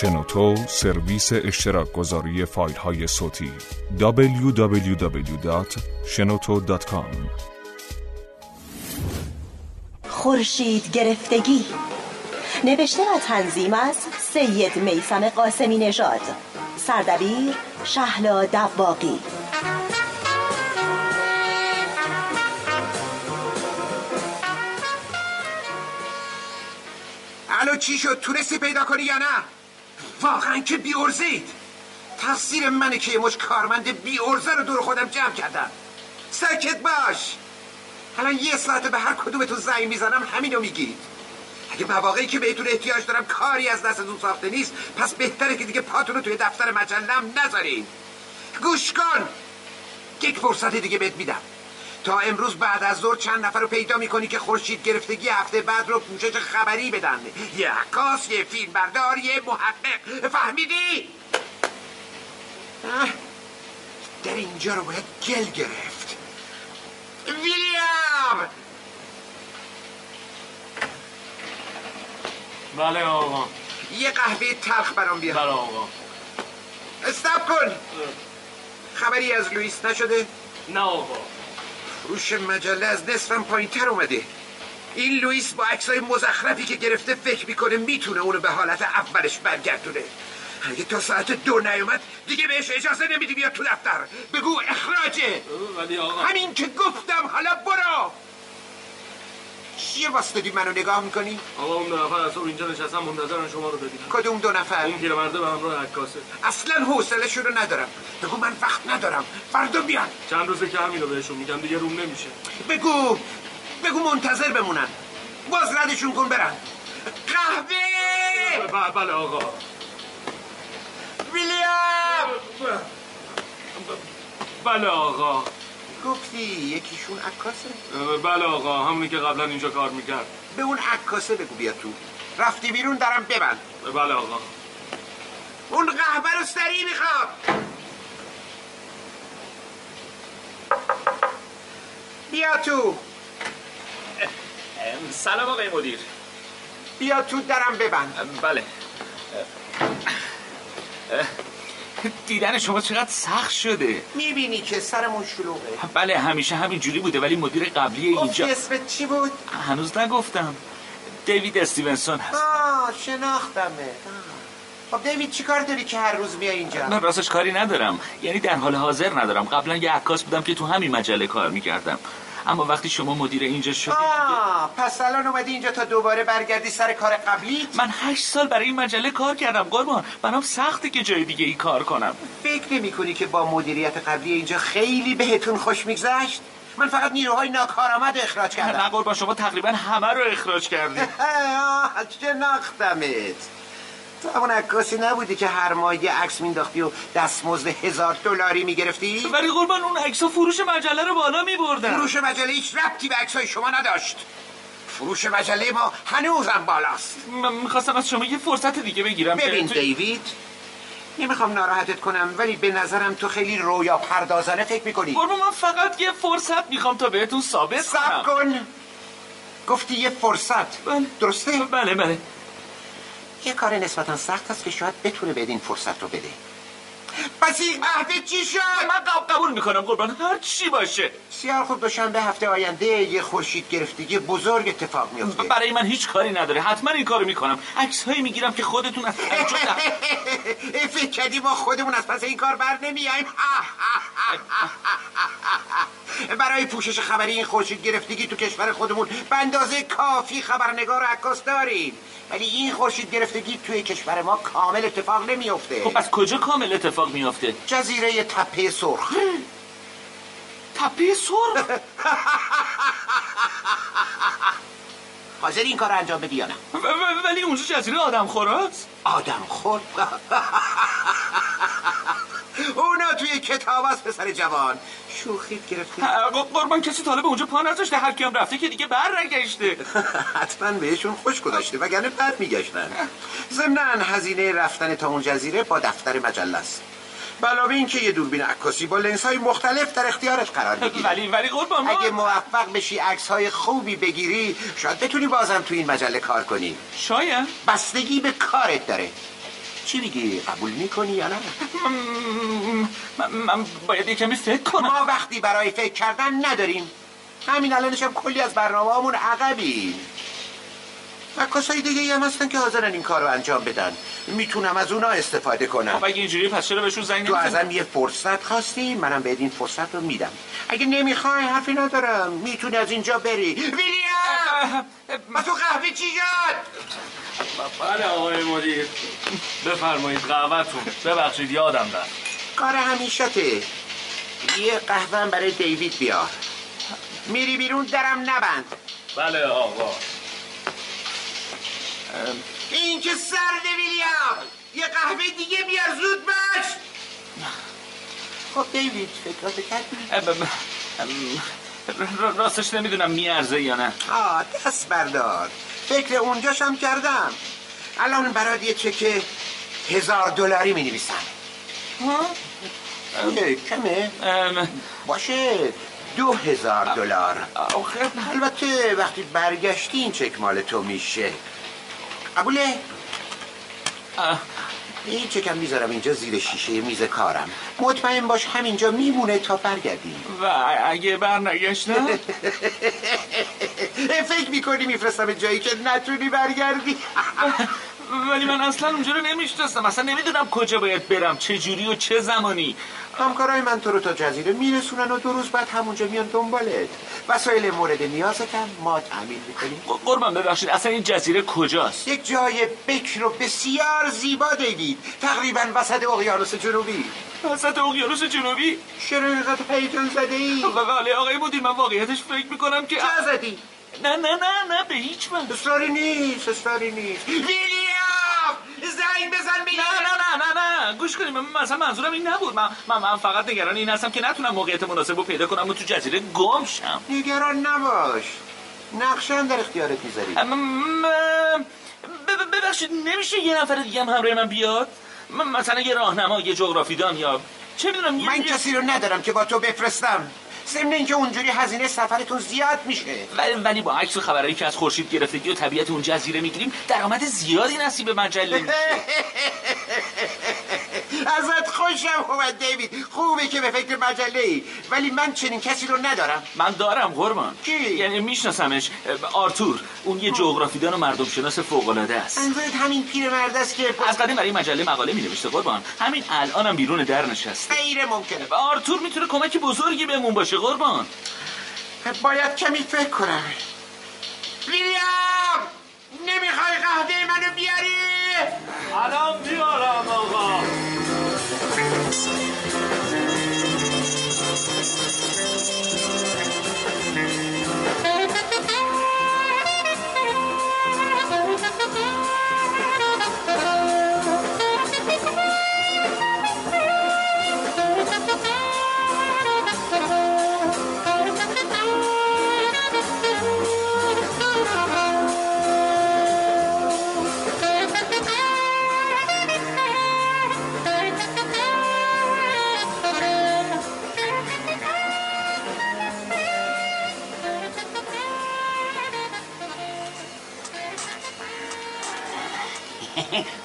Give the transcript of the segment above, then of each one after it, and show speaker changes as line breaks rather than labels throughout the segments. شنوتو سرویس اشتراک گذاری فایل های صوتی www.shenoto.com
خورشید گرفتگی نوشته و تنظیم از سید میسم قاسمی نژاد سردبیر شهلا دباقی
الو چی شد تونستی پیدا کنی یا نه واقعا که بی ارزید تقصیر منه که یه مش کارمند بی ارزه رو دور خودم جمع کردم ساکت باش الان یه ساعت به هر کدومتون زنگ میزنم همینو میگیرید اگه مواقعی که بهتون احتیاج دارم کاری از دستتون ساخته نیست پس بهتره که دیگه پاتون رو توی دفتر مجلم نذارین گوش کن یک فرصت دیگه بهت میدم تا امروز بعد از ظهر چند نفر رو پیدا میکنی که خورشید گرفتگی هفته بعد رو پوشش خبری بدن یه عکاس یه فیلم بردار یه محقق فهمیدی؟ اه، در اینجا رو باید گل گرفت ویلیام
بله آقا
یه قهوه تلخ برام
بله
بیار
آقا
استاب کن خبری از لوئیس نشده؟
نه آقا
روش مجله از نصفم پایین تر اومده این لوئیس با عکسای مزخرفی که گرفته فکر میکنه میتونه اونو به حالت اولش برگردونه اگه تا ساعت دو نیومد دیگه بهش اجازه نمیدی بیاد تو دفتر بگو اخراجه
ولی آقا
همین که گفتم حالا برو چیه واسطدی منو نگاه میکنی؟
آقا اون دو نفر از صبح اینجا نشستن منتظرن شما رو ببینن
کدوم دو نفر؟
اون پیرمرده به همراه عکاسه
اصلا حوصلهشون رو ندارم بگو من وقت ندارم فردا بیان
چند روزه که همینو بهشون میگم دیگه روم نمیشه
بگو بگو منتظر بمونن باز ردشون کن برن قهوه
بله بله آقا
ویلیام
بله آقا
گفتی یکیشون عکاسه
بله آقا همونی که قبلا اینجا کار میکرد
به اون عکاسه بگو بیا تو رفتی بیرون درم ببند
بله آقا
اون قهوه رو سریع میخوام بیا تو
سلام آقای مدیر
بیا تو درم ببند
بله دیدن شما چقدر سخت شده
میبینی که سرمون شلوغه
بله همیشه همین جوری بوده ولی مدیر قبلی
گفتی
اینجا
اسمت چی بود؟
هنوز نگفتم دیوید استیونسون هست
آه شناختمه آه. خب دیوید چیکار داری که هر روز میای اینجا؟
من راستش کاری ندارم یعنی در حال حاضر ندارم قبلا یه عکاس بودم که تو همین مجله کار میکردم اما وقتی شما مدیر اینجا شدید
آه پس الان اومدی اینجا تا دوباره برگردی سر کار قبلی؟
من هشت سال برای این مجله کار کردم قربان برام سخته که جای دیگه ای کار کنم
فکر نمی کنی که با مدیریت قبلی اینجا خیلی بهتون خوش میگذشت؟ من فقط نیروهای ناکارآمد رو اخراج
نه
کردم
قربان شما تقریبا همه رو اخراج کردید
آه، شناختمت تو همون عکاسی نبودی که هر ماه یه عکس مینداختی و دستمزد هزار دلاری میگرفتی؟
ولی قربان اون عکسا فروش مجله رو بالا می بردن
فروش مجله هیچ ربطی به عکسای شما نداشت فروش مجله ما هنوزم بالاست
من میخواستم از شما یه فرصت دیگه بگیرم که
ببین
تو-
دیوید نمیخوام ناراحتت کنم ولی به نظرم تو خیلی رویا پردازانه فکر میکنی
قربان من فقط یه فرصت میخوام تا بهتون ثابت
سب
کنم
کن گفتی یه فرصت
بله.
درسته؟
بله بله
یه کار نسبتا سخت است که شاید بتونه به این فرصت رو بده پس این قهوه چی شد؟
من قب- قبول میکنم قربان هر چی باشه
بسیار خوب دوشنبه هفته آینده یه خورشید گرفتگی بزرگ اتفاق میفته
برای من هیچ کاری نداره حتما این کارو میکنم عکس هایی میگیرم که خودتون از تعجب در-
فکر کردی ما خودمون از پس این کار بر نمیایم برای پوشش خبری این خورشید گرفتگی تو کشور خودمون به اندازه کافی خبرنگار و عکاس داریم ولی این خورشید گرفتگی توی کشور ما کامل اتفاق نمیافته
خب از کجا کامل اتفاق میافته
جزیره تپه سرخ
تپه سر
حاضر این کار رو انجام بدی یا نه
و- و- ولی اونجا جزیره آدم خوراست
آدم خور اونا توی کتاب از پسر جوان شوخید گرفته
اه، قربان کسی طالب اونجا پا نذاشته هر کیم رفته که دیگه برنگشته
حتما بهشون خوش گذاشته وگرنه بد میگشتن ضمنا هزینه رفتن تا اون جزیره با دفتر مجله است بلاوه این که یه دوربین عکاسی با لنس های مختلف در اختیارت قرار میگیره
ولی ولی قربان ما-
خب. اگه موفق بشی عکس های خوبی بگیری شاید بتونی بازم تو این مجله کار کنی
شاید
بستگی به کارت داره چی دیگه قبول میکنی یا نه
من, من باید یه کمی فکر کنم
ما وقتی برای فکر کردن نداریم همین الانش هم کلی از برنامه همون عقبیم و کسای دیگه هم هستن که حاضرن این کار رو انجام بدن میتونم از اونا استفاده کنم
خب اگه اینجوری پس چرا بهشون زنگ
تو
نمیزنی
ازم یه فرصت خواستی منم بهت این فرصت رو میدم اگه نمیخوای حرفی ندارم میتونی از اینجا بری ویلیام ما تو قهوه چی یاد
بله آقای مدیر بفرمایید قهوهتون ببخشید یادم رفت
کار همیشته یه قهوه هم برای دیوید بیار میری بیرون درم نبند
بله آقا
این که سرد ویلیام یه قهوه دیگه بیار زود باش خب دیوید فکراتو کردی؟
اه، ب- ب- ام، را- راستش نمیدونم میارزه یا نه
آه دست بردار فکر اونجاشم کردم الان برات یه چک هزار دلاری می نویسم کمه؟
ام،
باشه دو هزار دلار
آخه
البته وقتی برگشتی این چک مال تو میشه قبوله؟
اه،
این چکم میذارم اینجا زیر شیشه میز کارم مطمئن باش همینجا میمونه تا برگردیم
و اگه برنگشتم
فکر میکنی میفرستم جایی که نتونی برگردی
ولی من اصلا اونجا رو نمیشناسم اصلا نمیدونم کجا باید برم چه جوری و چه زمانی
همکارای من تو رو تا جزیره میرسونن و دو روز بعد همونجا میان دنبالت وسایل مورد نیازتم ما تعمیل میکنیم
ق- قربان ببخشید اصلا این جزیره کجاست
یک جای بکر و بسیار زیبا دیوید تقریبا وسط اقیانوس جنوبی
وسط اقیانوس جنوبی
چرا اینقدر هیجان زده ای؟
ولی آقای مدیر من واقعیتش فکر میکنم که
جا زدی
نه نه نه نه به هیچ وجه
اصراری نیست اصراری نیست ویلیام زنگ بزن بگیر
نه نه نه نه نه گوش کنیم من من اصلا منظورم این نبود من من, من فقط نگران این هستم که نتونم موقعیت مناسب رو پیدا کنم و تو جزیره گم شم
نگران نباش نقشه هم در اختیارت میذاری
ام- ام- ب- ببخشید نمیشه یه نفر دیگه هم همراه من بیاد من مثلا یه راهنما یه جغرافیدان یا چه میدونم یه
من
یه-
کسی رو ندارم که با تو بفرستم ضمن اینکه اونجوری هزینه سفرتون زیاد میشه
ولی ولی با عکس و خبرهایی که از خورشید گرفتگی و طبیعت اون جزیره میگیریم درآمد زیادی نصیب مجله میشه
ازت خوشم اومد دیوید خوبه که به فکر مجله ای ولی من چنین کسی رو ندارم
من دارم قربان
کی؟ خب.
یعنی میشناسمش آرتور اون یه جغرافیدان و مردم شناس فوق العاده است
منظورت همین پیر مرد است که
از قدیم برای مجله مقاله می نوشته قربان همین الانم بیرون در نشسته
غیر ممکنه
و آرتور میتونه کمک بزرگی بهمون باشه قربان
باید کمی فکر کنم ویلیام نمیخوای قهوه منو بیاری
الان بیارم آقا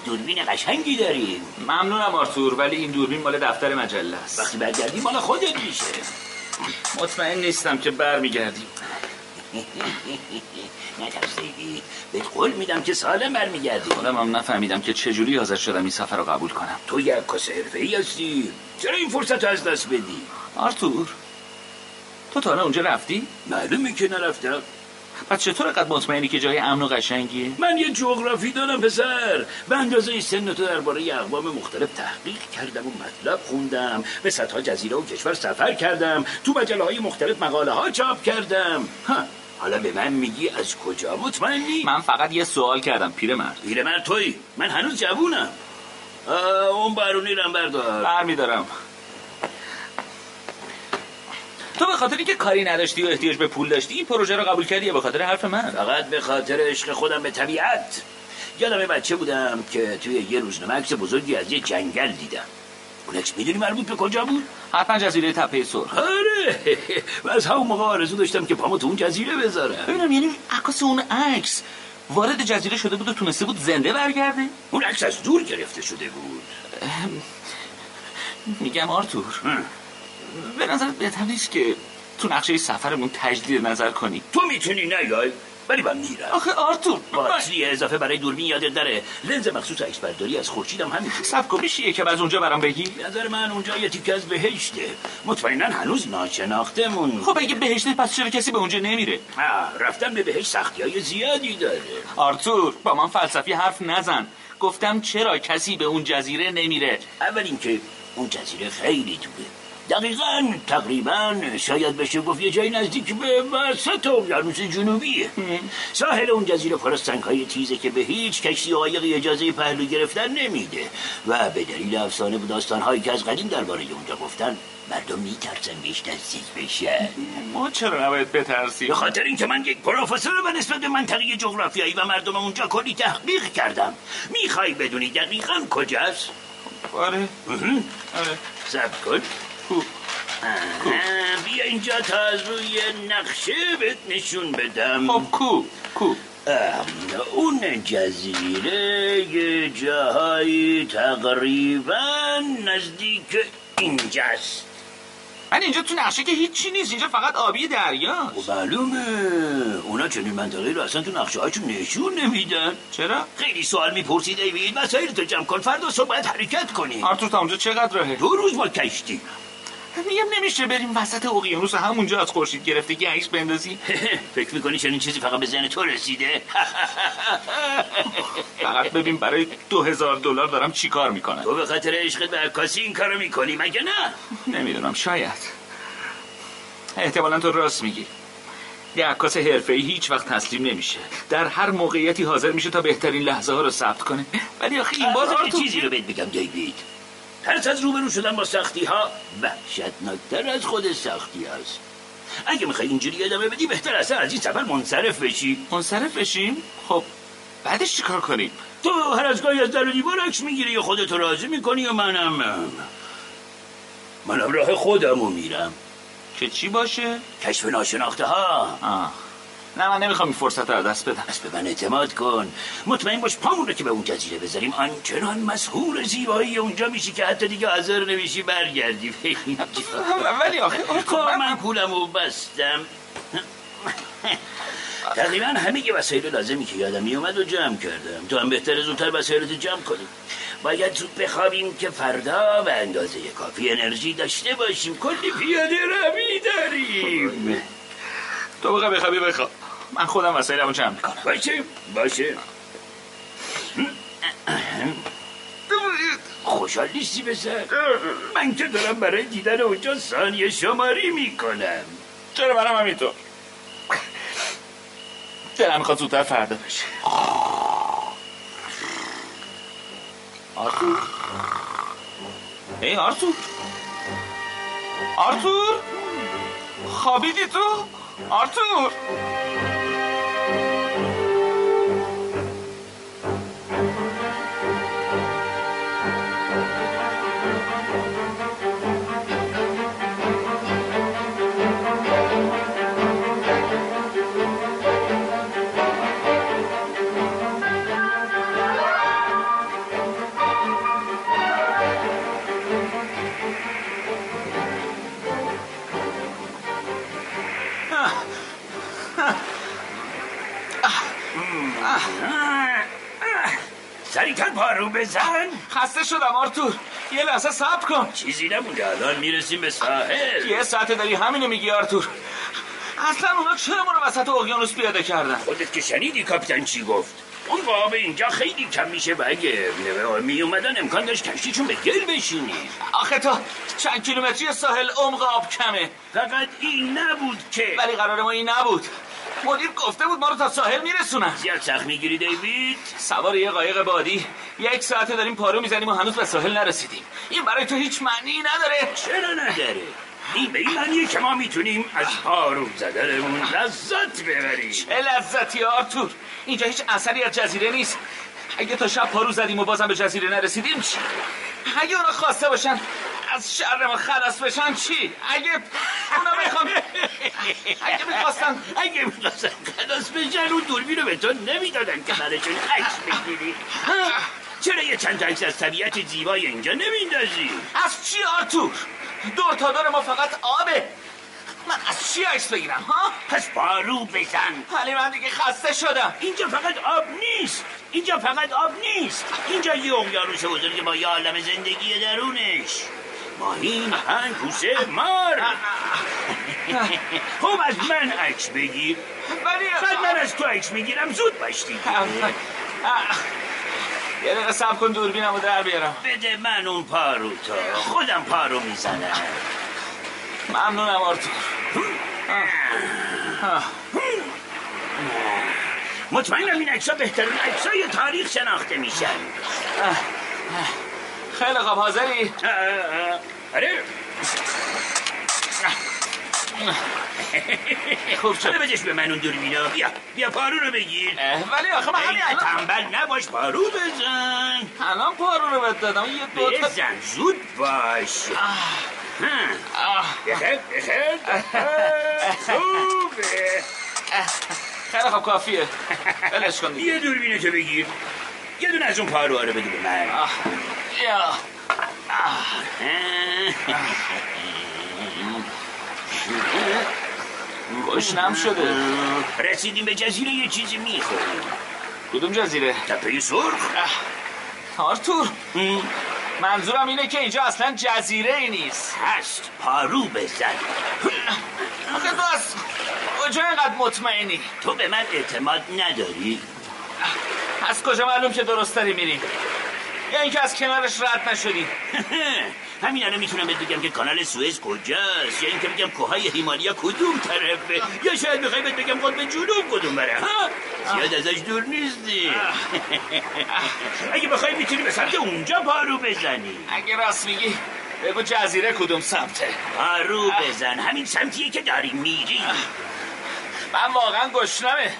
دوربین قشنگی داری
ممنونم آرتور ولی این دوربین مال دفتر مجله است
وقتی برگردی مال خودت میشه
مطمئن نیستم که برمیگردیم
نترس دیوید بهت قول میدم که سالم برمیگردی
خودم هم نفهمیدم که چجوری حاضر شدم این سفر رو قبول کنم
تو یک کس حرفه ای هستی چرا این فرصت رو از دست بدی
آرتور تو تا حالا اونجا رفتی؟
معلومه که نرفتم
پس چطور قد مطمئنی که جای امن و قشنگیه؟
من یه جغرافی دارم پسر به اندازه سن تو درباره اقوام مختلف تحقیق کردم و مطلب خوندم به صدها جزیره و کشور سفر کردم تو مجله های مختلف مقاله ها چاپ کردم ها. حالا به من میگی از کجا مطمئنی؟
من فقط یه سوال کردم پیرمرد
پیرمرد توی من هنوز جوونم آه، اون بارونی رم بردار
برمیدارم تو به خاطر اینکه کاری نداشتی و احتیاج به پول داشتی این پروژه رو قبول کردی یا به خاطر حرف من
فقط به خاطر عشق خودم به طبیعت یادم بچه بودم که توی یه روزنامه عکس بزرگی از یه جنگل دیدم اون عکس میدونی مربوط به کجا بود؟
حتما جزیره تپه سرخ
آره و از همون موقع آرزو داشتم که پامو تو اون جزیره بذارم
ببینم یعنی عکاس اون عکس وارد جزیره شده بود و تونسته بود زنده برگرده
اون عکس از دور گرفته شده بود
میگم آرتور
هم.
به نظر بهتر نیست که تو نقشه سفرمون تجدید نظر کنی
تو میتونی نیای ولی من میرم
آخه آرتور
باتری اضافه برای دوربین یادت داره لنز مخصوص عکسبرداری از خورشیدم همینجور
سب کن میشه یکم از اونجا برام بگی
به نظر من اونجا یه تیکه از بهشته مطمئنا هنوز ناشناخته مون
خب اگه بهشته پس چرا کسی به اونجا نمیره
رفتن به بهشت سختی های زیادی داره
آرتور با من فلسفی حرف نزن گفتم چرا کسی به اون جزیره نمیره
اول اینکه اون جزیره خیلی دوره دقیقا تقریبا شاید بشه گفت یه جایی نزدیک به وسط اقیانوس جنوبیه ساحل اون جزیره پر از سنگهای تیزه که به هیچ کشتی و قایقی اجازه پهلو گرفتن نمیده و به دلیل افسانه و داستانهایی که از قدیم درباره اونجا گفتن مردم میترسن بهش نزدیک بشن
ما چرا نباید بترسیم
به خاطر اینکه من یک پروفسور و نسبت به منطقه جغرافیایی و مردم اونجا کلی تحقیق کردم میخوای بدونی دقیقا کجاست
آره
مهم.
آره
سب کن
کو.
آه، بیا اینجا تا از روی نقشه بهت نشون بدم
خب کو کو
ام، اون جزیره یه جاهایی تقریبا نزدیک اینجاست
من اینجا تو نقشه که هیچی نیست اینجا فقط آبی دریا
و معلومه بله، اونا چنین منطقه رو اصلا تو نقشه هایشون نشون نمیدن
چرا
خیلی سوال میپرسی دیوید مسائل تو جمع کن فردا صبح باید حرکت کنی
آرتور تا اونجا چقدر راهه
دو روز با کشتی
میگم نمیشه بریم وسط اقیانوس و همونجا از خورشید گرفتگی عکس بندازی
فکر میکنی چنین چیزی فقط به ذهن تو رسیده
فقط ببین برای دو هزار دلار دارم چیکار میکنم
تو به خاطر عشقت به عکاسی این کارو میکنی مگه نه
نمیدونم شاید احتمالا تو راست میگی یه عکاس حرفه‌ای هیچ وقت تسلیم نمیشه در هر موقعیتی حاضر میشه تا بهترین لحظه ها رو ثبت کنه ولی آخه این باز
باز
آرتور-
چیزی رو بهت بگم دیوید ترس از روبرو شدن با سختی ها وحشتناکتر از خود سختی هاست اگه میخوای اینجوری ادامه بدی بهتر اصلا از این سفر منصرف بشی
منصرف بشیم خب بعدش چیکار کنیم
تو هر از گاهی از در و دیوار عکس میگیری یا خودتو راضی میکنی یا منم منم راه خودمو میرم
که چی باشه
کشف ناشناخته ها
آه. نه من نمیخوام این فرصت رو از دست بدم
پس به من اعتماد کن مطمئن باش پامون رو که به اون جزیره بذاریم آنچنان مسهور زیبایی اونجا میشی که حتی دیگه حاضر نمیشی برگردی به اینجا.
ولی آخه
خب من پولمو بستم تقریبا همه یه وسایل لازمی که یادم میومد و جمع کردم تو هم بهتر زودتر وسایلت رو جمع کنیم باید زود بخوابیم که فردا به اندازه کافی انرژی داشته باشیم کلی پیاده روی داریم
تو بخواب بخوابی
خب.
بخواب من خودم وسایلمو جمع میکنم
باشه باشه خوشحال نیستی پسر من که دارم برای دیدن اونجا ثانیه شماری میکنم
چرا منم همینطور دلم میخواد زودتر فردا بشه آرتور ای آرتور آرتور خوابیدی تو آرتور
سریعتر پارو بزن
خسته شدم آرتور یه لحظه صبر کن
چیزی نمونده الان میرسیم به ساحل
یه ساعته داری همینو میگی آرتور اصلا اونا چرا ما رو وسط اقیانوس پیاده کردن
خودت که شنیدی کاپیتان چی گفت اون قاب اینجا خیلی کم میشه و اگه می اومدن امکان داشت کشتیشون به گل بشینی
آخه تا چند کیلومتری ساحل عمق آب کمه
فقط این نبود که
ولی قرار ما این نبود مدیر گفته بود ما رو تا ساحل میرسونن
زیاد سخت میگیری دیوید
سوار یه قایق بادی یک ساعته داریم پارو میزنیم و هنوز به ساحل نرسیدیم این برای تو هیچ معنی نداره
چرا نداره این به این معنیه که ما میتونیم از پارو زدنمون لذت ببریم
چه لذتی آرتور اینجا هیچ اثری از جزیره نیست اگه تا شب پارو زدیم و بازم به جزیره نرسیدیم چی؟ اگه اونا خواسته باشن از شر ما خلاص بشن چی؟ اگه اونا بخوام اگه میخواستم
اگه میخواستن خلاص بشن اون دوربین رو به تو نمیدادن که براشون عکس بگیری ها؟ چرا یه چند تا عکس از طبیعت زیبای اینجا نمیندازی
از چی آرتور دور تا دور ما فقط آبه من از چی عکس بگیرم ها
پس پارو بزن
ولی من دیگه خسته شدم
اینجا فقط آب نیست اینجا فقط آب نیست اینجا یه اقیانوس بزرگ با یه عالم زندگی درونش ماهی مهنگ کوسه مار خب از من عکس بگیر
ولی خب،
بعد من از تو عکس میگیرم زود باش دیگه.
یه دقیقه سب کن دوربینم رو در بیارم
بده من اون پارو تو خودم پارو میزنم
ممنونم آرتور
مطمئنم این عکس‌ها بهترین عکسای تاریخ شناخته میشن
خیلی خوب حاضری
اه، اه، اه. آره
خوب شد
حالا بدش به من اون دوربینا بیا بیا پارو رو بگیر
اه، ولی آخه من
ای
همین الان
تنبل نباش پارو بزن
الان پارو رو بد دادم یه دو تا
بزن زود باش هم.
آه،
بخیر بخیر آه، خوبه
خیلی خوب کافیه ولش کن دیگه
یه دوربینه تو بگیر یه دونه از اون پاروها رو بده به من
آه، یا. گشنم شده
رسیدیم به جزیره یه چیزی میخوریم
کدوم جزیره
تپه سرخ
آرتور
م،
منظورم اینه که اینجا اصلا جزیره ای نیست
هست پارو بزن
آخه تو از کجا اینقدر مطمئنی
تو به من اعتماد نداری
از کجا معلوم که درست داری میری یا اینکه از کنارش رد نشدی
همین الان میتونم بهت بگم که کانال سوئز کجاست یا اینکه بگم کوههای هیمالیا کدوم طرفه یا شاید میخوای بهت بگم قطب جنوب کدوم بره ها زیاد ازش دور نیستی اگه بخوای میتونی به سمت اونجا پارو بزنی
اگه راست میگی بگو جزیره کدوم سمته
پارو بزن همین سمتیه که داری میری
من واقعا گشنمه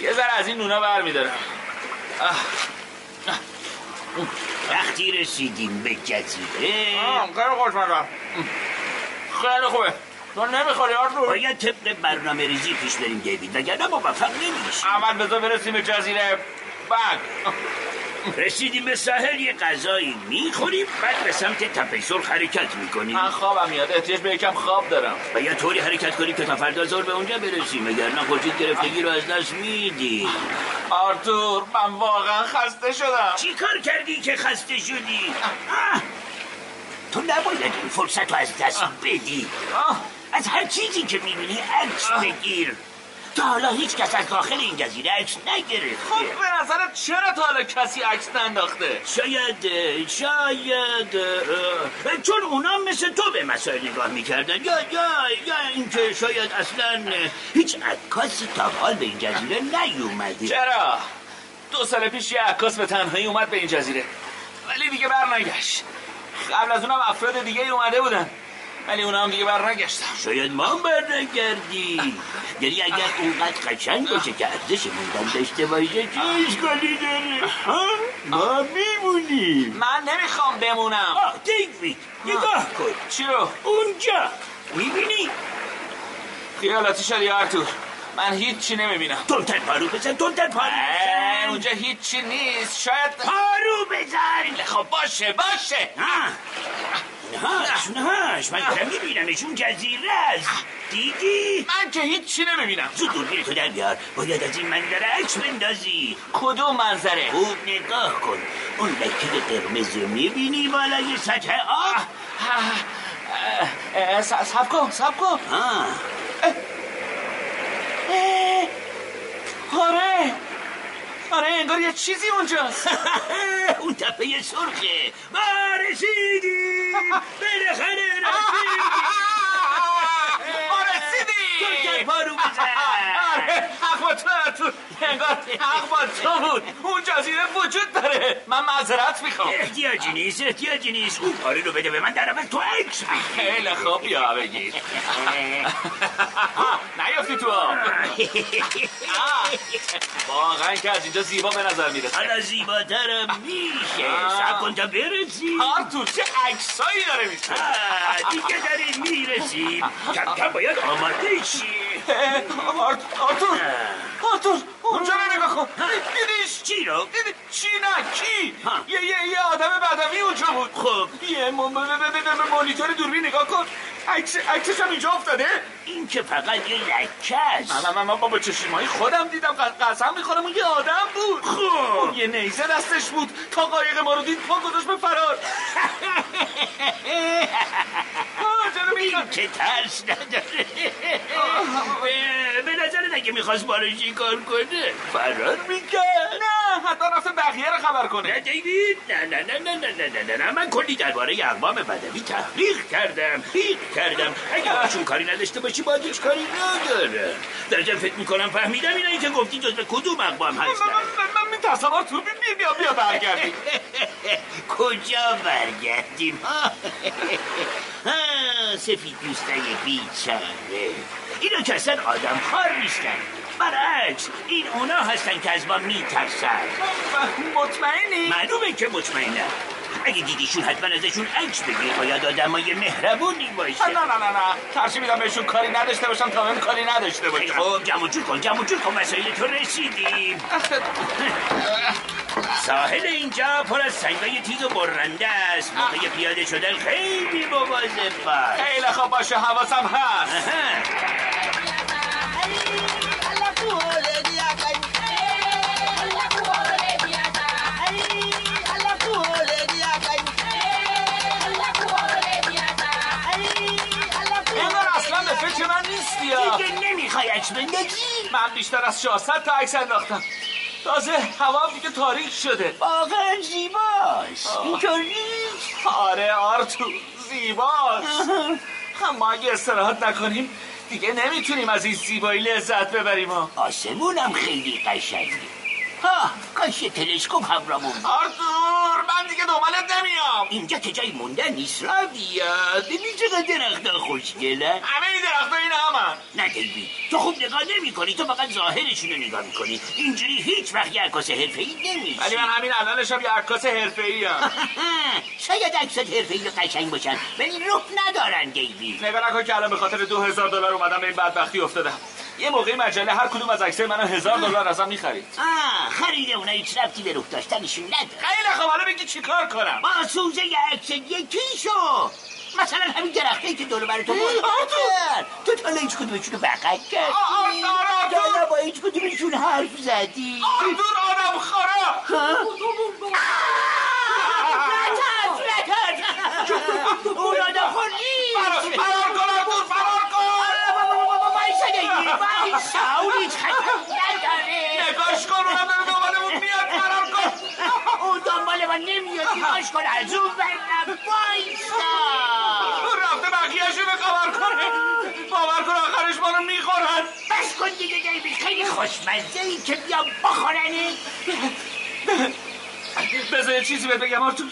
یه ذره از این نونا بر میدارم
وقتی رسیدیم به جزیره
خیلی خوشمزم خیلی خوبه تو نمیخوری آرتور
باید طبق برنامه ریزی پیش بریم دیوید وگرنه موفق نمیشیم
اول بذار برسیم به جزیره بعد
رسیدیم به ساحل یه غذایی میخوریم بعد به سمت تپه سرخ حرکت میکنیم
من خوابم میاد احتیاج به یکم خواب دارم
و یه طوری حرکت کنیم که تا فردا ظهر به اونجا برسیم اگر نه خورشید گرفتگی رو از دست میدی
آرتور من واقعا خسته شدم
چی کار کردی که خسته شدی آه! تو نباید این فرصت رو از دست بدی
آه.
از هر چیزی که میبینی عکس بگیر تا حالا هیچ کس از داخل این جزیره عکس
خب
نگرفته
به نظرت چرا تا حالا کسی عکس ننداخته
شاید اه، شاید اه، اه، چون اونا مثل تو به مسائل نگاه میکردن یا یا یا اینکه شاید اصلا اه، هیچ عکاسی تا به حال به این جزیره نیومده
چرا دو سال پیش یه عکاس به تنهایی اومد به این جزیره ولی دیگه بر نگشت قبل از اونم افراد دیگه اومده بودن ولی اونا هم دیگه بر نگشتم
شاید ما هم برنگردی یعنی اگر اونقدر قشنگ باشه که ارزش موندن داشته باشه چه اشکالی داره ها؟ ما میمونیم
من نمیخوام بمونم
آه دیوید نگاه کن
چی رو
اونجا میبینی
خیالاتی شدی آرتور من هیچی نمیبینم
تندتر پارو بزن تندتر پارو
اه،
بزن
اونجا هیچی نیست شاید
پارو بزن
خب باشه باشه
نه نهاش نهاش من دارم میبینمشون جزیره است دیدی
من که هیچی نمیبینم
زود دوربین تو در بیار باید از این منظره عکس بندازی
کدوم منظره
خوب نگاه کن اون لکه قرمز رو میبینی بالای سطح آب
سب کن سب کن
آه.
اه، آره آره انگار یه چیزی اونجاست
اون تپه سرخه ما رسیدیم بالاخره رسیدیم
ما رسیدیم آره،
تندتر پارو بزن
حق با تو انگار حق با تو بود اون جزیره وجود داره من معذرت میخوام
احتیاجی نیست احتیاجی نیست اون پاره رو بده به من در عوض تو عکس بگیر.
خیلی خوب یا بگیر آه، نیافتی تو آب آه، واقعا که از اینجا زیبا به نظر میرسه
حالا زیباترم میشه
آه.
سب کن تا برسی
آرتور چه عکسایی داره میشه
آه، دیگه داریم میرسیم کم کم باید آماده شی
آرتور آرتور اونجا رو نگاه کن
دیدیش چی رو؟
دیدی چی نه کی
ها.
یه یه یه آدم بدوی اونجا بود
خب
یه م- م- م- م- مانیتور دوربین نگاه کن عکس عکسش هم اینجا افتاده
این که فقط یه لکه است
من من من بابا چشمای خودم دیدم ق- قسم میخورم اون یه آدم بود
خب
اون یه نیزه دستش بود تا قایق ما رو دید پا گذاشت به فرار آه، جانم ایران.
این که ترس نداره اه، به نظر اگه میخواست بالاشی کار کنه فرار میکرد
نه حتی رفته بقیه رو خبر
نه
کنه
دیوید نه نه نه نه نه نه نه نه من کلی درباره اقوام بدوی تحقیق کردم تحقیق کردم اگه باشون کاری نداشته باشی با هیچ کاری نداره درجا فکر میکنم فهمیدم اینایی که گفتی جز به کدوم اقوام
من,
هستن
من, من, من میترسم آرتور بیا بیا بیا, بیا برگردیم
کجا برگردیم ها ها، سفید دوستای بیچاره اینا که اصلا آدم خار نیستن برعکس این اونا هستن که از ما میترسن
من- مطمئنی
معلومه که مطمئنم اگه دیدیشون حتما ازشون عکس بگیر باید آدمای مهربونی باشه
نه نه نه نه نه ترجیح میدم بهشون کاری نداشته باشم تا من کاری نداشته
خیلی
باشم
خب جمع و جور کن جمع و جور کن وسایل تو رسیدیم ساحل اینجا پر از سنگای تیز و برنده است موقع پیاده شدن خیلی مواظب باش
خیلی خوب باشه حواسم هست
آها.
انگار اصلا به فکر من نیستی یا
دیگه نمیخوای عکس بندازی
من بیشتر از 600 تا عکس انداختم تازه هوا هم دیگه تاریک شده
واقعا زیباست اینطور نیست
آره آرتور زیباست اما اگه استراحت نکنیم دیگه نمیتونیم از این زیبایی لذت ببریم ها
آسمونم خیلی قشنگه ها کاش یه تلسکوپ همراهمون بود.
آرتور من دیگه دنبالت نمیام
اینجا که جای موندن نیست را بیا ببین چقدر درختان خوشگله
همه این درختها این همن
نه دیوید تو خوب نگاه نمی کنی تو فقط ظاهرشون رو نگاه میکنی اینجوری هیچ وقت یه عکاس حرفه‌ای نمیشی
ولی من همین الان شب یه عکاس حرفه‌ای ام
شاید عکسات حرفه‌ای و قشنگ باشن ولی روح ندارن دیوید
نگاه نکن که الان به خاطر 2000 دلار اومدم به این بدبختی افتادم یه موقعی مجله هر کدوم از عکسای منو هزار دلار ازم می‌خرید
آه خرید اونا هیچ ربطی به روح داشتنشون نداره
خیلی خب حالا بگی چیکار کنم
با سوزه یه عکس یکی شو مثلا همین درختی که دور و بر تو بزرگتر تو تا حالا هیچ کدومشون رو بغل
آه،
کردی
آه، آه، آه،
تا حالا با هیچ کدومشون حرف زدی
آردور آدم خورا
نترس نترس اون آدم خور
فرار
نیست
فرار کن آردور فرار
آره.
کن
وایسا دیگه، وایسا. اون هیچ خطری نداره.
نگاش کن اونم داره دنبالمون میاد فرار کن
اون دنبال ما نمیاد نگاش کن از اون برم وایسا
اون رفته بقیهشو به خبر کنه باور کن آخرش ما رو میخورن
بس کن دیگه دیوید خیلی خوشمزه ای که بیام بخورنه
بذار یه چیزی بهت بگم آردور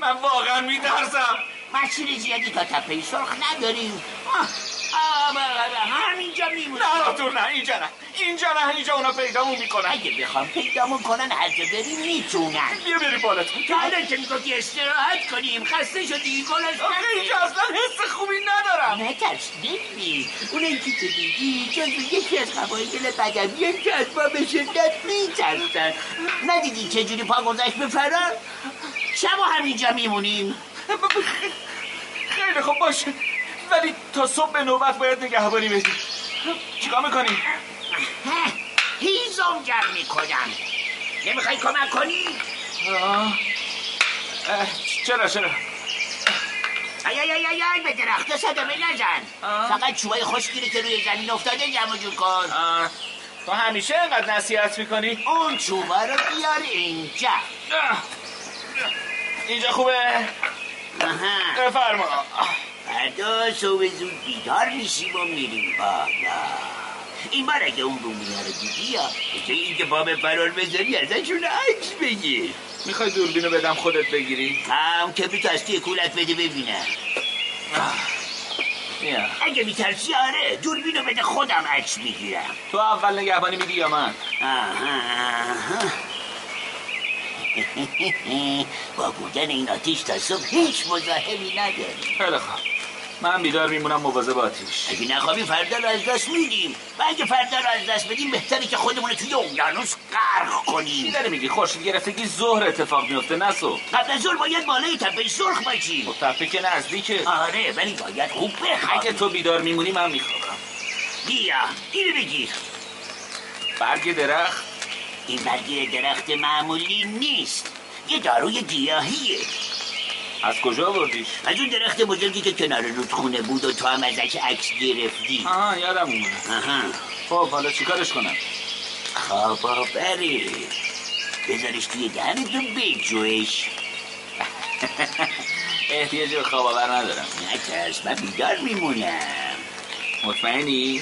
من واقعا میترسم
مسیر زیادی تا تپه سرخ نداریم آه، آه، همینجا میمونم
نه آردور نه اینجا نه اینجا نه اینجا اونا پیدامون میکنن
اگه بخوام پیدامون کنن هر جا بریم میتونن
بیا بریم بالاتون
تا حالا که میگفتی استراحت کنیم خسته شدی گلش
آخه اینجا اصلا حس خوبی ندارم
نترس نمی اونایی که تو دیدی جزو یکی از قبایل بدوی هم که از ما به شدت میترسن ندیدی چجوری پا گذشت به فرار شب و همینجا میمونیم
خیلی خوب باشه ولی تا صبح به نوبت باید نگهبانی بدی چیکار میکنی؟
هه، هیزم جمع میکنم نمیخوای کمک کنی؟
آه. اه، چرا چرا
ای ای ای ای ای، به درخت صدمه نزن فقط چوبای خشکی رو که روی زمین افتاده جمع و جور کن
آه، تو همیشه انقدر نصیحت میکنی؟
اون چوبا رو بیار اینجا
اینجا خوبه؟
آها
بفرما آه،
فردا صبح زود بیدار میشیم و میریم بالا این بار اگه اون رومیه رو دیدی یا تو اینکه بام فرار بذاری ازشون عکس بگیر
میخوای دوربینو بدم خودت بگیری
هم کبریت از توی کولت بده ببینم
بیا
اگه میترسی آره دوربینو بده خودم عکس میگیرم
تو اول نگهبانی میدی یا من
آها، آها. با بودن این آتیش تا صبح هیچ مزاحمی نداری
خیلی خوب من بیدار میمونم مواظب آتیش
اگه نخوابی فردا رو از دست میدیم و اگه فردا رو از دست بدیم بهتره که خودمون رو توی اقیانوس غرق
چی
کنیم
داری میگی خورشید گرفتگی ظهر اتفاق میفته نه صبح
قبل از ظهر باید بالای تپه سرخ باشیم
خب تپه که نزدیکه
آره ولی باید خوب
اگه
بخوابی
تو بیدار میمونی من میخوابم
بیا اینو بگیر
برگ درخت
این برگ درخت معمولی نیست یه داروی گیاهیه
از کجا آوردیش
از اون درخت بزرگی که کنار رودخونه بود و تو هم ازش عکس گرفتی
آها یادم اومد
آها خب،
خب حالا چیکارش کنم
خواب آوره بذارش توی دهنتو بجوش
احتیاج به خواب آور ندارم
نترس من بیدار میمونم
مطمئنی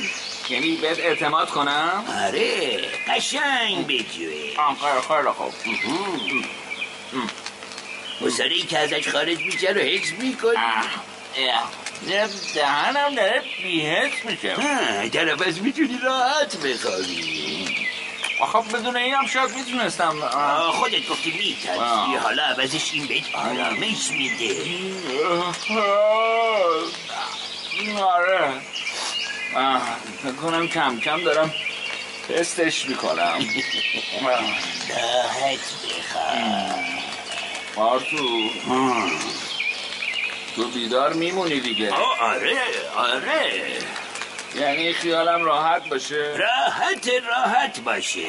یعنی بهت اعتماد کنم
آره قشنگ بجوش
آم خیلی خیلی خوب
مزاره که ازش خارج میشه رو حس میکنی
دهنم داره بیهست میشه
آه، در عوض میتونی راحت بخوابی
خب بدون این هم شاید میتونستم
آه، خودت گفتی میترسی
آه.
حالا عوضش این بهت آرامش میده
آره آه، فکر کنم کم کم دارم تستش میکنم
راحت بخواب
آرتو تو بیدار میمونی دیگه
آه، آره آره
یعنی خیالم راحت باشه
راحت راحت باشه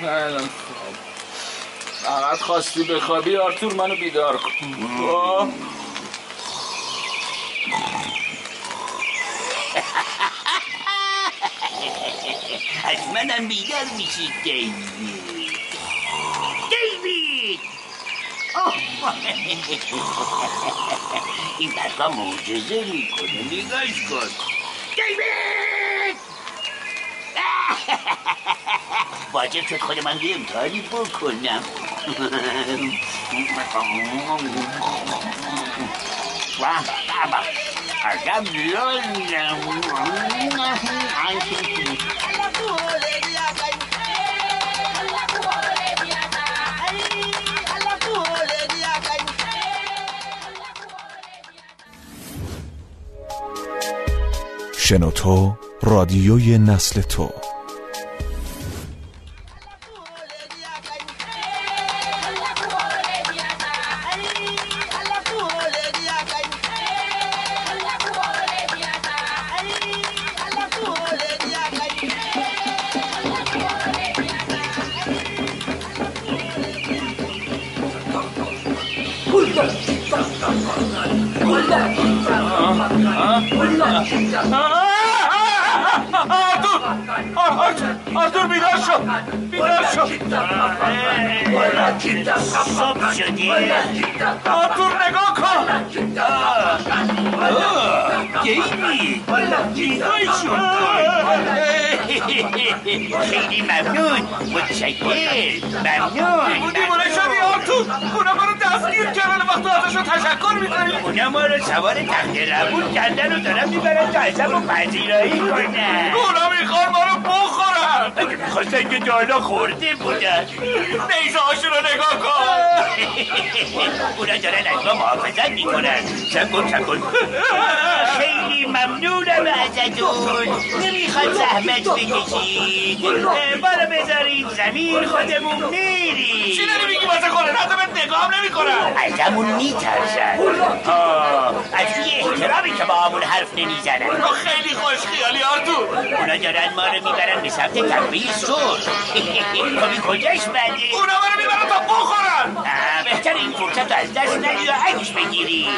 خیلی خوب. فقط خواستی بخوابی آرتور منو بیدار کن خب. آه.
از منم بیدار میشی دیوید دیوید آه. این برقا معجزه میکنه نگاش کن دیوید واجب شد خود من یه امتحانی بکنم بابا عجب لازم
شنوتو رادیوی نسل تو
آرتور آرتور آرتور بیدار شو بیدار شو
صبح شده
آرتور نگاه کن
دیوید بیدار شد خیلی ممنون متشکر ممنون
دیوونه شدی آرتور اونا منو دستگیر کردن وقتی ازشون تشکر میکنی
اونا ما رو سوار تخت ربون کردن و دارن میبرن تا ازم رو پذیرایی کنن
اونا میخوان منو بخورن
اگه میخواستن که تا حالا خورده بودن
نیزه هاشون رو نگاه کن
اونا دارن از ما محافظت میکنن سب کن سب کن خیلی ممنونم ازتون نمیخواد زحمت بکشید اه، ما رو بذارید زمین خودمون میریم
چی داری میگی واسه کنه حتی بهت نگاه نمیکنن
ازمون میترسن از روی احترامی که با همون حرف نمیزنن
تو خیلی خوش خیالی آرتور
اونا دارن ما رو میبرن به سمت تپه سر کمی کجاش بده
اونا منو میبرن تا بخورن
آه، بهتر این فرصت رو از دست ندید و عکس بگیری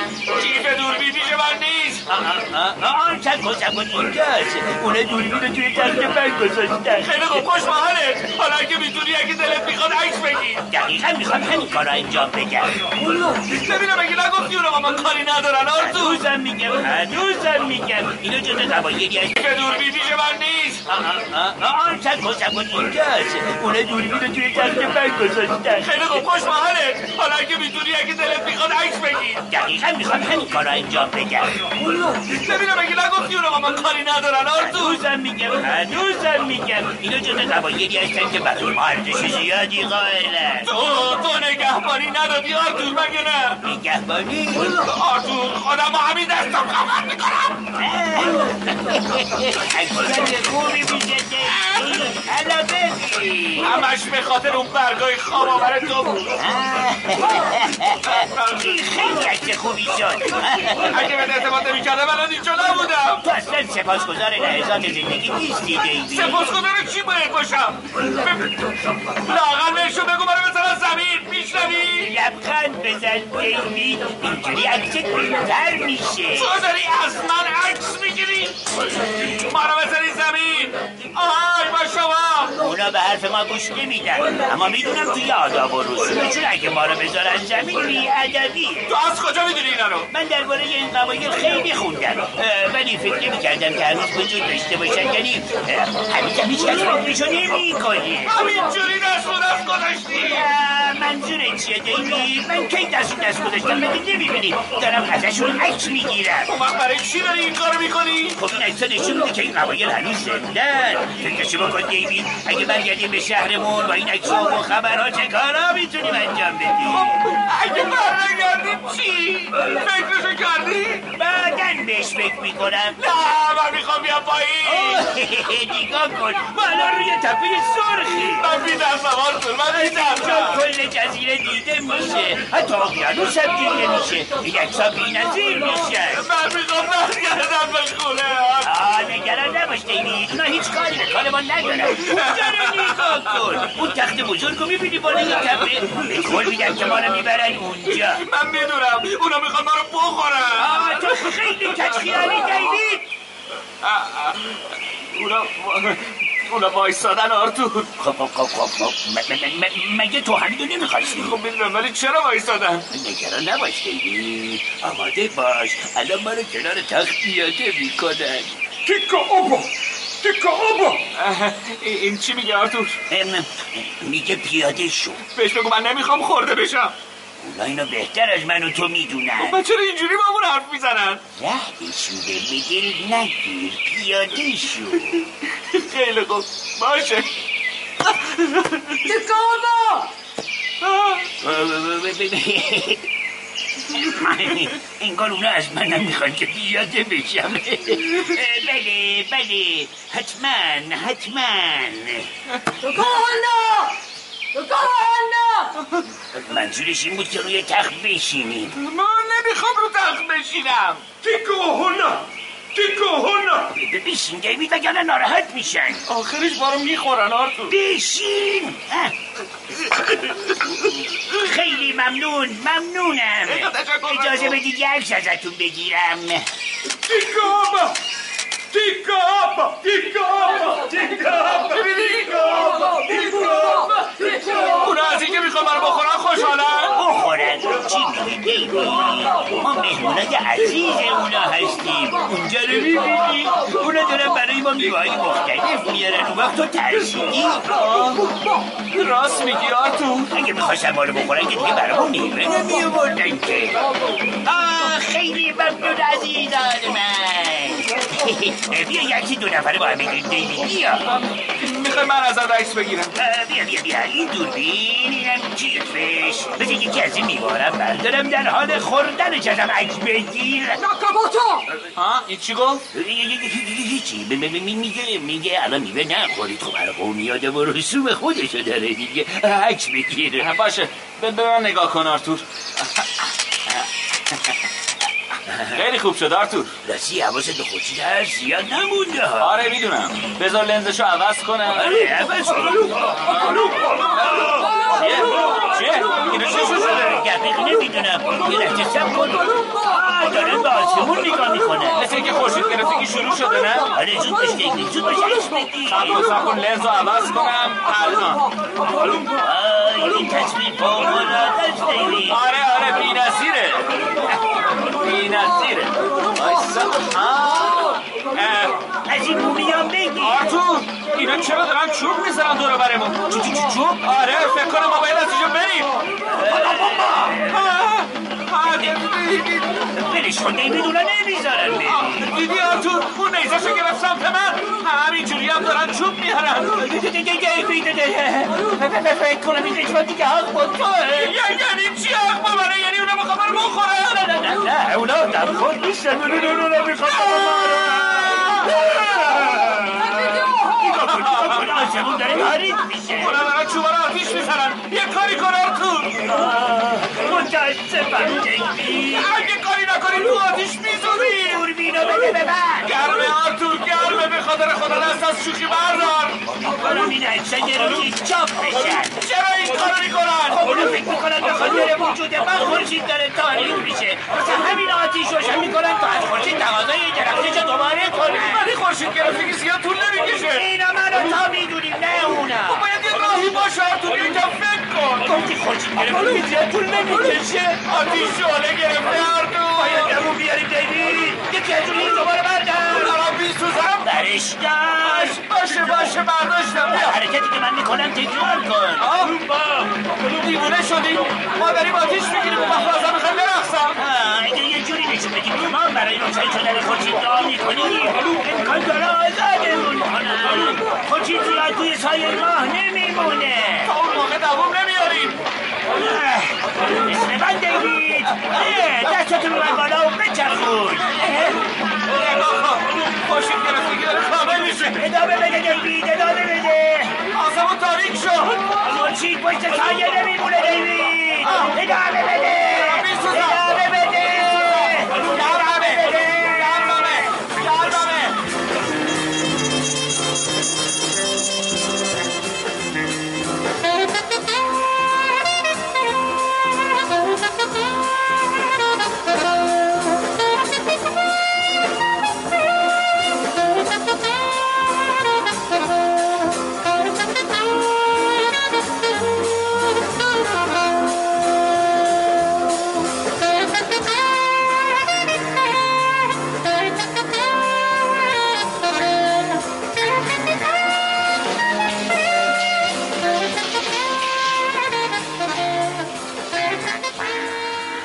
کیف دوربین پیش من نیست
آه، آه، آه، آه، سب کن سب کن اینجاست اونا دوربین رو توی تخت من گذاشتن
خیلی خوب خوش محله حالا اگه میتونی اگه دلت میخواد عکس بگیر
دقیقا میخوام همین کار انجام بگم
ببینم اگه نگفتی اونا با من کاری ندارن آرزو
هنوزم میگم هنوزم میگم اینو جز قبایلی از
به دور بیبیش من نیست
آن سر کن اینجاست اونا دوربین رو توی تخت من گذاشتن
خیلی خوب خوش محلت حالا اگه میتونی اگه دلت میخواد عکس بگیر
دقیقا میخوام همین کار انجام بگم
ببینم اگه نگفتی اونا با من کاری ندارن آرزو
هنوزم میگم هنوزم میگم اینو جز قبایلی هستن که برای ما ارزش زیادی قائلن
تو تو نگهبانی ندادی آرزو مگه نه
نگهبانی
آرزو خودم با همین دستم خفت میکنم
اکسر خوبی میشه حالا بگی
همش به خاطر اون برگای خواب آور تو بود
این خیلی عکس خوبی شد
اگه به اعتماد نمیکردم الان اینجا نبودم
تو اصلا سپاسگزار لحظات زندگی نیستی دیوی
سپاسگزار چی باید باشم ب- لااقل بهشون بگو برای بزنن زمین میشنوی
لبخند بزن دیوی اینجوری عکس بهتر میشه
تو داری از من عکس میگیری مرا بزنی زمین آهای با شما
اونا به حرف ما گوش نمیدن اما میدونم توی آداب و رسومشون اگه ما رو بذارن زمین بیادبیه
تو از کجا میدونی اینا رو
من درباره این قبایل خیلی خوندم اه، ولی فکر نمیکردم که هنوز وجود داشته باشن یعنی اه، هنوزم هیچ کس فکرشو نمیکنه
همینجوری دست رو دست گذاشتی
منظور چیه دیوی من کی دست رو دست گذاشتم مگه نمیبینی دارم ازشون عکس میگیرم
اون وقت برای چی داری این کارو میکنی
خب این عکس‌ها نشون میده که این قبایل هنوز زندن فکرشو بکن دیوید اگه برگردیم به شهرمون با این عکس‌ها و خبرها چه کارا میتونیم انجام بدیم
اگه برنگردیم چی فکرشو کردی
بعدن بهش فکر میکنم
نه من میخوام بیام پایین
نگاه کن ما الان روی تپه سرخی
من بی دستم آرزو من بی
اینجا
دستم
کل جزیره دیده میشه حتی اقیانوس هم دیده میشه این عکس‌ها بی‌نظیر میشن
من میخوام برگردم به خونه
آه نگران نباش دیوید اونا هیچ کاری به کار ما ندارن اونجا رو نگاه کن اون تخت بزرگ رو میبینی بالای تپه به قول میدم که ما رو میبرن اونجا
من میدونم اونا میخوان ما رو بخورن
آه تو خیلی کچخیالی دیوید
اونا اونا وایستادن آرتور
خب خب خب خب خب. م- م- م- مگه تو همینو نمیخواستی
خب میدونم ولی چرا وایستادن
نگران نباش دیوید آماده باش الان ما رو کنار تخت پیاده میکنن
تیکا اوبا تیکا اوبا این چی میگه آرتور
ام، میگه پیاده شو
بهش بگو من نمیخوام خورده بشم
اونا اینو بهتر از من و تو میدونن
من چرا اینجوری با اون حرف میزنن
رهشون به دل نگیر پیاده شو
خیلی خوب باشه
انگار اونا از منم میخوان که پیاده بشم بله بله حتما حتما منظورش این بود که روی تخت بشینیم
من نمیخوام رو تخت بشینم
تیکو هونا تیکو هونا
ب- بشین دیوید وگرنه یعنی ناراحت میشن
آخرش بارو میخورن آرتور
بشین اه. خیلی ممنون ممنونم
تشکر نکن.
اجازه بدید یه عکس ازتون بگیرم
تیکو آبا تیکو آبا تیکو آبا تیکو آبا تیکو آبا تیکو آبا
اونا از اینکه میخوان من رو بخورن خوشحالن
بخورن چی میگی دیوید ما مهمونای عزیز اونا هستیم اونجا رو میبینی اونا دارن برای ما میوه‌های مختلف میارن اون وقت تو ترسیدی
راست میگی آرتور
اگه میخواستن ما رو بخورن که دیگه برامون میوه نمیوردن که آه خیلی ممنون عزیزان من بیا یکی دو نفره با هم بگیریم دیوید بیا
میخوای من ازت عکس بگیرم
آه، بیا بیا بیا این دوربین اینم کیفش بذار یکی از این میوارم بردارم در حال خوردن چشم عکس بگیر
ها این چی گفت
هیچی ب- ب- ب- می- میگه میگه الان میوه خب، نخوری تو برای قومیاد و رسوم خودشو داره دیگه عکس بگیره
باشه به به من نگاه کن آرتور خیلی خوب شد آرتور
راستی حواست به خورشید هست یا نمونده ها
آره میدونم بذار لنزشو عوض کنم
آره عوض
چیه؟ چیه؟ اینو چی شده؟
دقیق نمیدونم یه لحظه سب کن آه، دارن به آسمون نگاه میکنه
مثل اینکه خورشید گرفتگی شروع شده نه؟
آره زود باش دیگه زود باش عکس بگیر
سب کن سب کن لنز رو عوض کنم الان
آه، این تصویر
آره،
اینا چرا دارن چوب میزنن دور برمون چوب آره فکر کنم ما باید از اینجا بریم آه، آه، دیدی-
ولش کن دیویدونا نمیذارن بریم.
آه، دیدی آرتور اون نیزاشو گرفت سمت من همینجوری هم دارن چوب میارن
فکر کنم این اجماع دیگه حق با
ah.
توه
یعنی چی حق با منه یعنی اونو میخوام برم بخورن
نه نه نه اونا آدم خود نیستن اونو اونو اونو میخواد آسمون داره تاریک میشه
اونا دارن چوبا رو آتیش میزنن یه کاری کن آرتور
متاسفم جنگی
اگه کاری نکنی تو آتیش میزونی
دوربینو بده به من
گرمه آرتور گرمه به خاطر خدا دست از شوخی بردار
کنم این اجسا یه روزی چاپ بشن
چرا این کارو میکنن
خب اونا فکر میکنن به خاطر وجود من خورشید داره تاریک میشه واسه همین آتیش روشن میکنن تا از خورشید تقاضای درخشش دوباره کنن
ولی خورشید گرفتگی زیاد طول نمیکشه خب
اینا منو تا میدونیم نه اونا
باید یه راهی باشه آرتور یکم فکر کن
گفتی خوشی گرفتی زیاد طول نمیکشه
آتیش شعله گرفته آرتور
دمو بیاری دیوید یکی از اون دوباره بردم
دارم میسوزم
برش داشت
باشه باشه برداشتم بیا
حرکتی که من میکنم تکرار کن
آه، دیوونه شدی ما داریم آتیش میگیریم اون وقت ازم میخوایم برقصم
آه، اگه یه جوری نشون بدیم که ما برای روشن شدن خورشید دعا میکنیم امکان داره آزادمون کنن خورشید زیاد توی سایه ماه نمیمونه
تا اون موقع دوام نمیاریم
مثل من دیوید اه، دستتون رو من بالا و بچرخون
نگاه کن خورشید گرفتگی داره کامل میشه
اه، ادامه بده دیوید ادامه بده
آسمون تاریک شد
خورشید پشت سایه نمیمونه دیوید ادامه بده ادامه بده ادامه بده
گرممه گرممه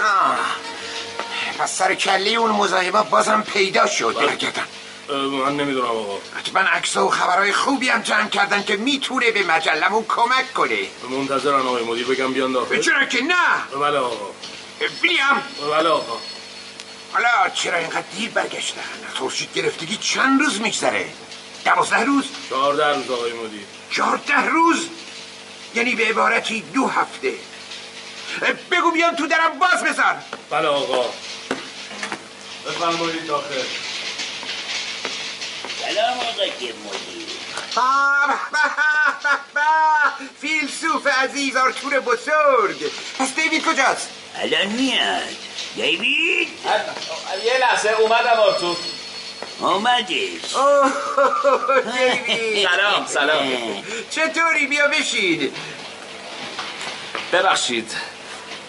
آه، پس سر کله اون مزاحمه بازم پیدا شد برگردن
من نمیدونم آقا
حتما عکس‌ها و خبرهای خوبی هم جمع کردن که میتونه به مجلمون کمک کنه
منتظرن آقای مدیر بگم بیان داخل
چرا که نه
بله آقا
بیام
بله آقا
حالا چرا اینقدر دیر برگشتن از خورشید گرفتگی چند روز میگذره دوازده روز
چهارده روز آقای مدیر
چهارده روز یعنی به عبارتی دو هفته بگو بیان تو درم باز بزن
بله آقا بفرمایید داخل
سلام آقای مدیر
آه، به، به، به، به. فیلسوف عزیز آرتور بزرگ پس دیوید کجاست
الان میاد دیوید
یه لحظه اومدم آرتور
آمدش
اوه، دیوید
سلام سلام
چطوری بیا بشین
ببخشید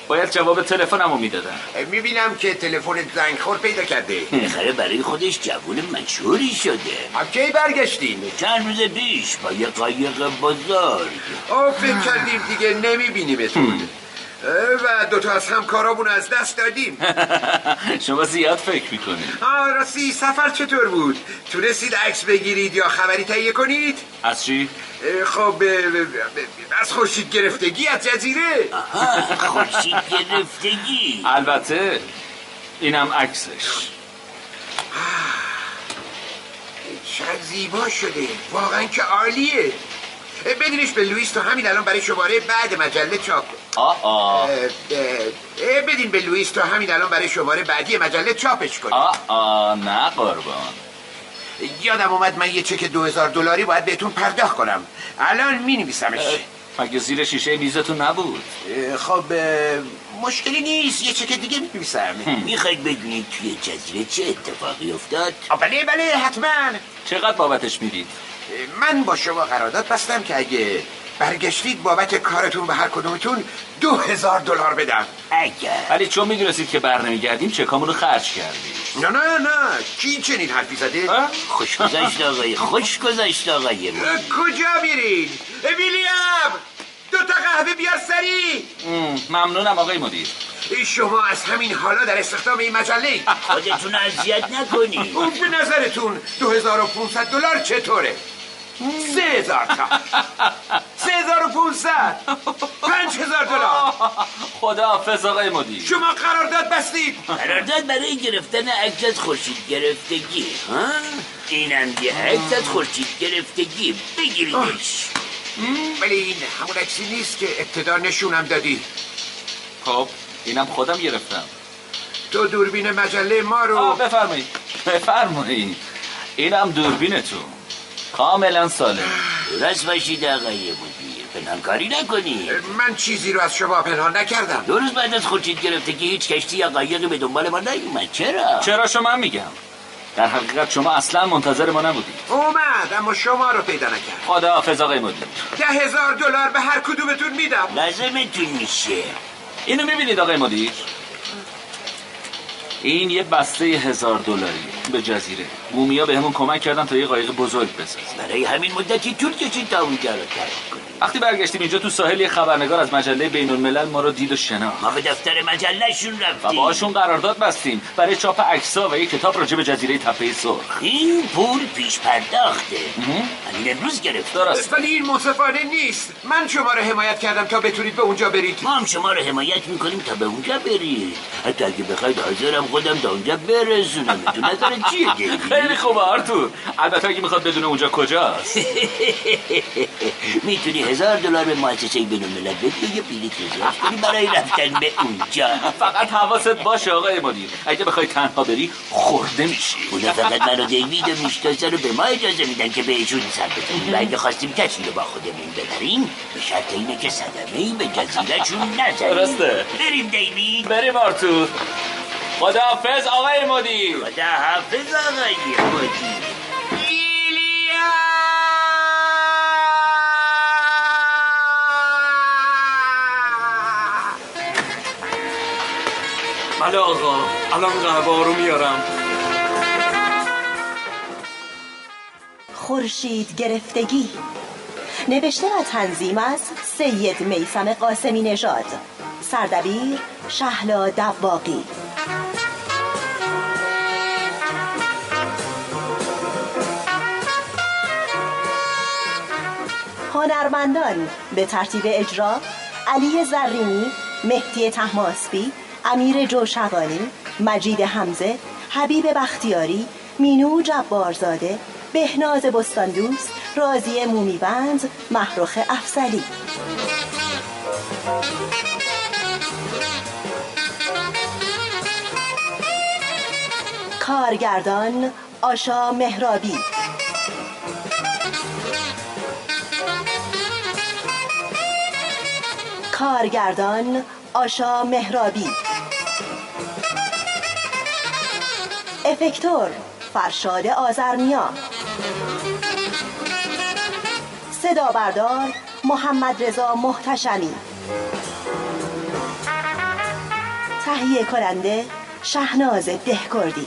باید جواب تلفنمو میدادم
میبینم که تلفن زنگ خور پیدا کرده
بالاخره برای خودش جوون مشهوری شده
از کی برگشتین
چند روز پیش با یه قایق بزرگ
آه فکر کردیم دیگه نمیبینیمتون و دوتا از همکارامون از دست دادیم
شما زیاد فکر میکنید
آه راستی سفر چطور بود؟ تونستید عکس بگیرید یا خبری تهیه کنید؟
از چی؟
اه، خب اه، اه، از خورشید گرفتگی از جزیره
آها خورشید گرفتگی
البته اینم عکسش
چقدر زیبا شده واقعا که عالیه اه، بدینش به لوئیس تو همین الان برای شماره بعد مجله چاپ کن.
آه آه
اه، اه، اه، بدین به لوئیس تو همین الان برای شماره بعدی مجله چاپش کن
آه آه نه قربان
یادم اومد من یه چک 2000 دلاری باید بهتون پرداخت کنم الان می نویسمش
مگه زیر شیشه میزتون نبود
خب اه، مشکلی نیست یه چک دیگه می نویسم
میخواید بدونید توی جزیره چه اتفاقی افتاد
بله بله حتما
چقدر بابتش میدید
من با شما قرارداد بستم که اگه برگشتید بابت کارتون به هر کدومتون دو هزار دلار بدم
اگر
ولی چون میدونستید که بر نمیگردیم چکامون رو خرج کردیم
نه نه نه کی چنین حرفی زده؟
اه؟
خوش گذشت آقای خوش گذشت آقای ما.
اه، کجا میرین؟ ویلیام دو تا قهوه بیار سریع
ام، ممنونم آقای مدیر
شما از همین حالا در استخدام این مجله
خودتون اذیت نکنی
اون به نظرتون 2500 دلار چطوره؟ سه هزار تا سه هزار و 5000 دلار
خداحافظ آقای مدیر
شما قرارداد بستید
قرارداد برای گرفتن عکس از خورشید گرفتگی ها اینم یه عکس از خورشید گرفتگی بگیریدش
ولی این همون عکسی نیست که ابتدا نشونم دادی
خب اینم خودم گرفتم
تو دوربین مجله ما
آه،
رو
بفرمایید بفرمایید اینم دوربینتون کاملا سالم
درست باشید آقای مدیر پنهانکاری نکنی
من چیزی رو از شما پنهان نکردم
دو روز بعد از خورشید گرفتگی هیچ کشتی یا قایقی به دنبال ما نیومد چرا؟
چرا شما من میگم در حقیقت شما اصلا منتظر ما نبودید
اومد اما شما رو پیدا نکرد
خداحافظ آقای مدیر
ده هزار دلار به هر کدومتون میدم
لازمتون میشه
اینو میبینید آقای مدیر این یه بسته هزار دلاری به جزیره بومیا به همون کمک کردن تا یه قایق بزرگ بسازن
برای همین مدتی طول کشید تا اونجا رو ترک کنیم
وقتی برگشتیم اینجا تو ساحل یه خبرنگار از مجله بین الملل ما رو دید و شناخت
ما به دفتر مجلهشون
و
رفتیم
باهاشون قرارداد بستیم برای چاپ عکس‌ها و یه کتاب راجع به جزیره تپه سرخ
این پول پیش پرداخته من این امروز گرفت
درست
ولی این منصفانه نیست من شما رو حمایت کردم تا بتونید به اونجا برید
ما هم شما رو حمایت میکنیم تا به اونجا برید حتی اگه بخواید حاضرم خودم تا اونجا برسونم تو نظر چیه
خیلی
دیوید؟
خوبه آرتور البته اگه میخواد بدون اونجا کجاست
میتونی هزار دلار به مؤسسه بین الملل بدی یه بلیط رزرو کنی برای رفتن به اونجا
فقط حواست باشه آقای مدیر اگه بخوای تنها بری خورده میشی
اونا فقط من و دیوید و میشناسن رو به ما اجازه میدن که بهشون سر بزنیم و اگه خواستیم کسی رو با خودمون ببریم به شرط اینه که صدمه ای به جزیرهشون نزنیم
درسته.
بریم دیوید
بریم آرتور خداحافظ آقای مدیر
خدا حافظ آقای مدیر
بله آقا الان قهوه رو میارم
خورشید گرفتگی نوشته و تنظیم از سید میسم قاسمی نژاد سردبیر شهلا دباقی هنرمندان به ترتیب اجرا علی زرینی، مهدی تحماسبی، امیر جوشقانی، مجید حمزه، حبیب بختیاری، مینو جبارزاده، بهناز بستاندوس، رازی مومیبند، محرخ افسلی کارگردان آشا مهرابی کارگردان آشا مهرابی افکتور فرشاد آزرنیا صدا بردار محمد رضا محتشمی تهیه کننده شهناز دهکردی